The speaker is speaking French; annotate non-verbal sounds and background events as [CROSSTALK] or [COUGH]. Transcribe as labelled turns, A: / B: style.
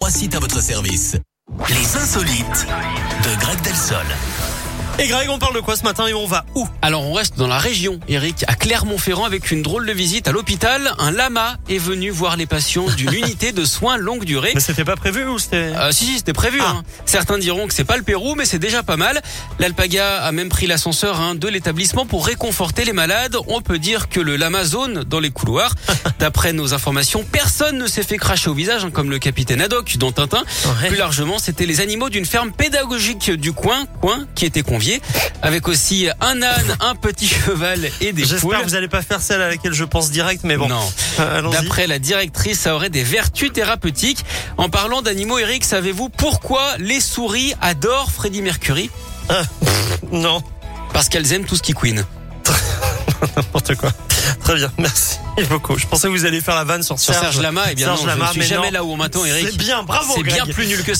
A: trois sites à votre service. Les insolites de Greg Delsol.
B: Et Greg, on parle de quoi ce matin et on va où
C: Alors on reste dans la région, Eric, à Clermont-Ferrand avec une drôle de visite à l'hôpital. Un lama est venu voir les patients d'une unité de soins longue durée.
B: Mais c'était pas prévu ou c'était
C: Euh, si, si, c'était prévu.
B: Ah.
C: hein. Certains diront que c'est pas le Pérou, mais c'est déjà pas mal. L'Alpaga a même pris l'ascenseur hein, de l'établissement pour réconforter les malades. On peut dire que le lama zone dans les couloirs. D'après nos informations, personne ne s'est fait cracher au visage, hein, comme le capitaine Haddock dans Tintin.
B: Ouais.
C: Plus largement, c'était les animaux d'une ferme pédagogique du coin, coin, qui étaient conviés, avec aussi un âne, un petit cheval et des poules.
B: J'espère que vous allez pas faire celle à laquelle je pense direct, mais bon.
C: Non.
B: Euh, Allons-y.
C: D'après la directrice, ça aurait des vertus thérapeutiques. En parlant d'animaux, Eric, savez-vous pourquoi les souris adorent Freddie Mercury [LAUGHS]
B: Non,
C: Parce qu'elles aiment tout ce qui queen.
B: n'importe quoi. Très bien, merci beaucoup. Je pensais que vous alliez faire la vanne sur,
C: Sur Serge Lama, eh bien
B: Serge
C: non, je
B: Lama,
C: ne suis
B: mais
C: jamais
B: non.
C: là où on m'attend, Eric.
B: C'est bien, bravo
C: C'est bien
B: Greg.
C: plus nul que ça.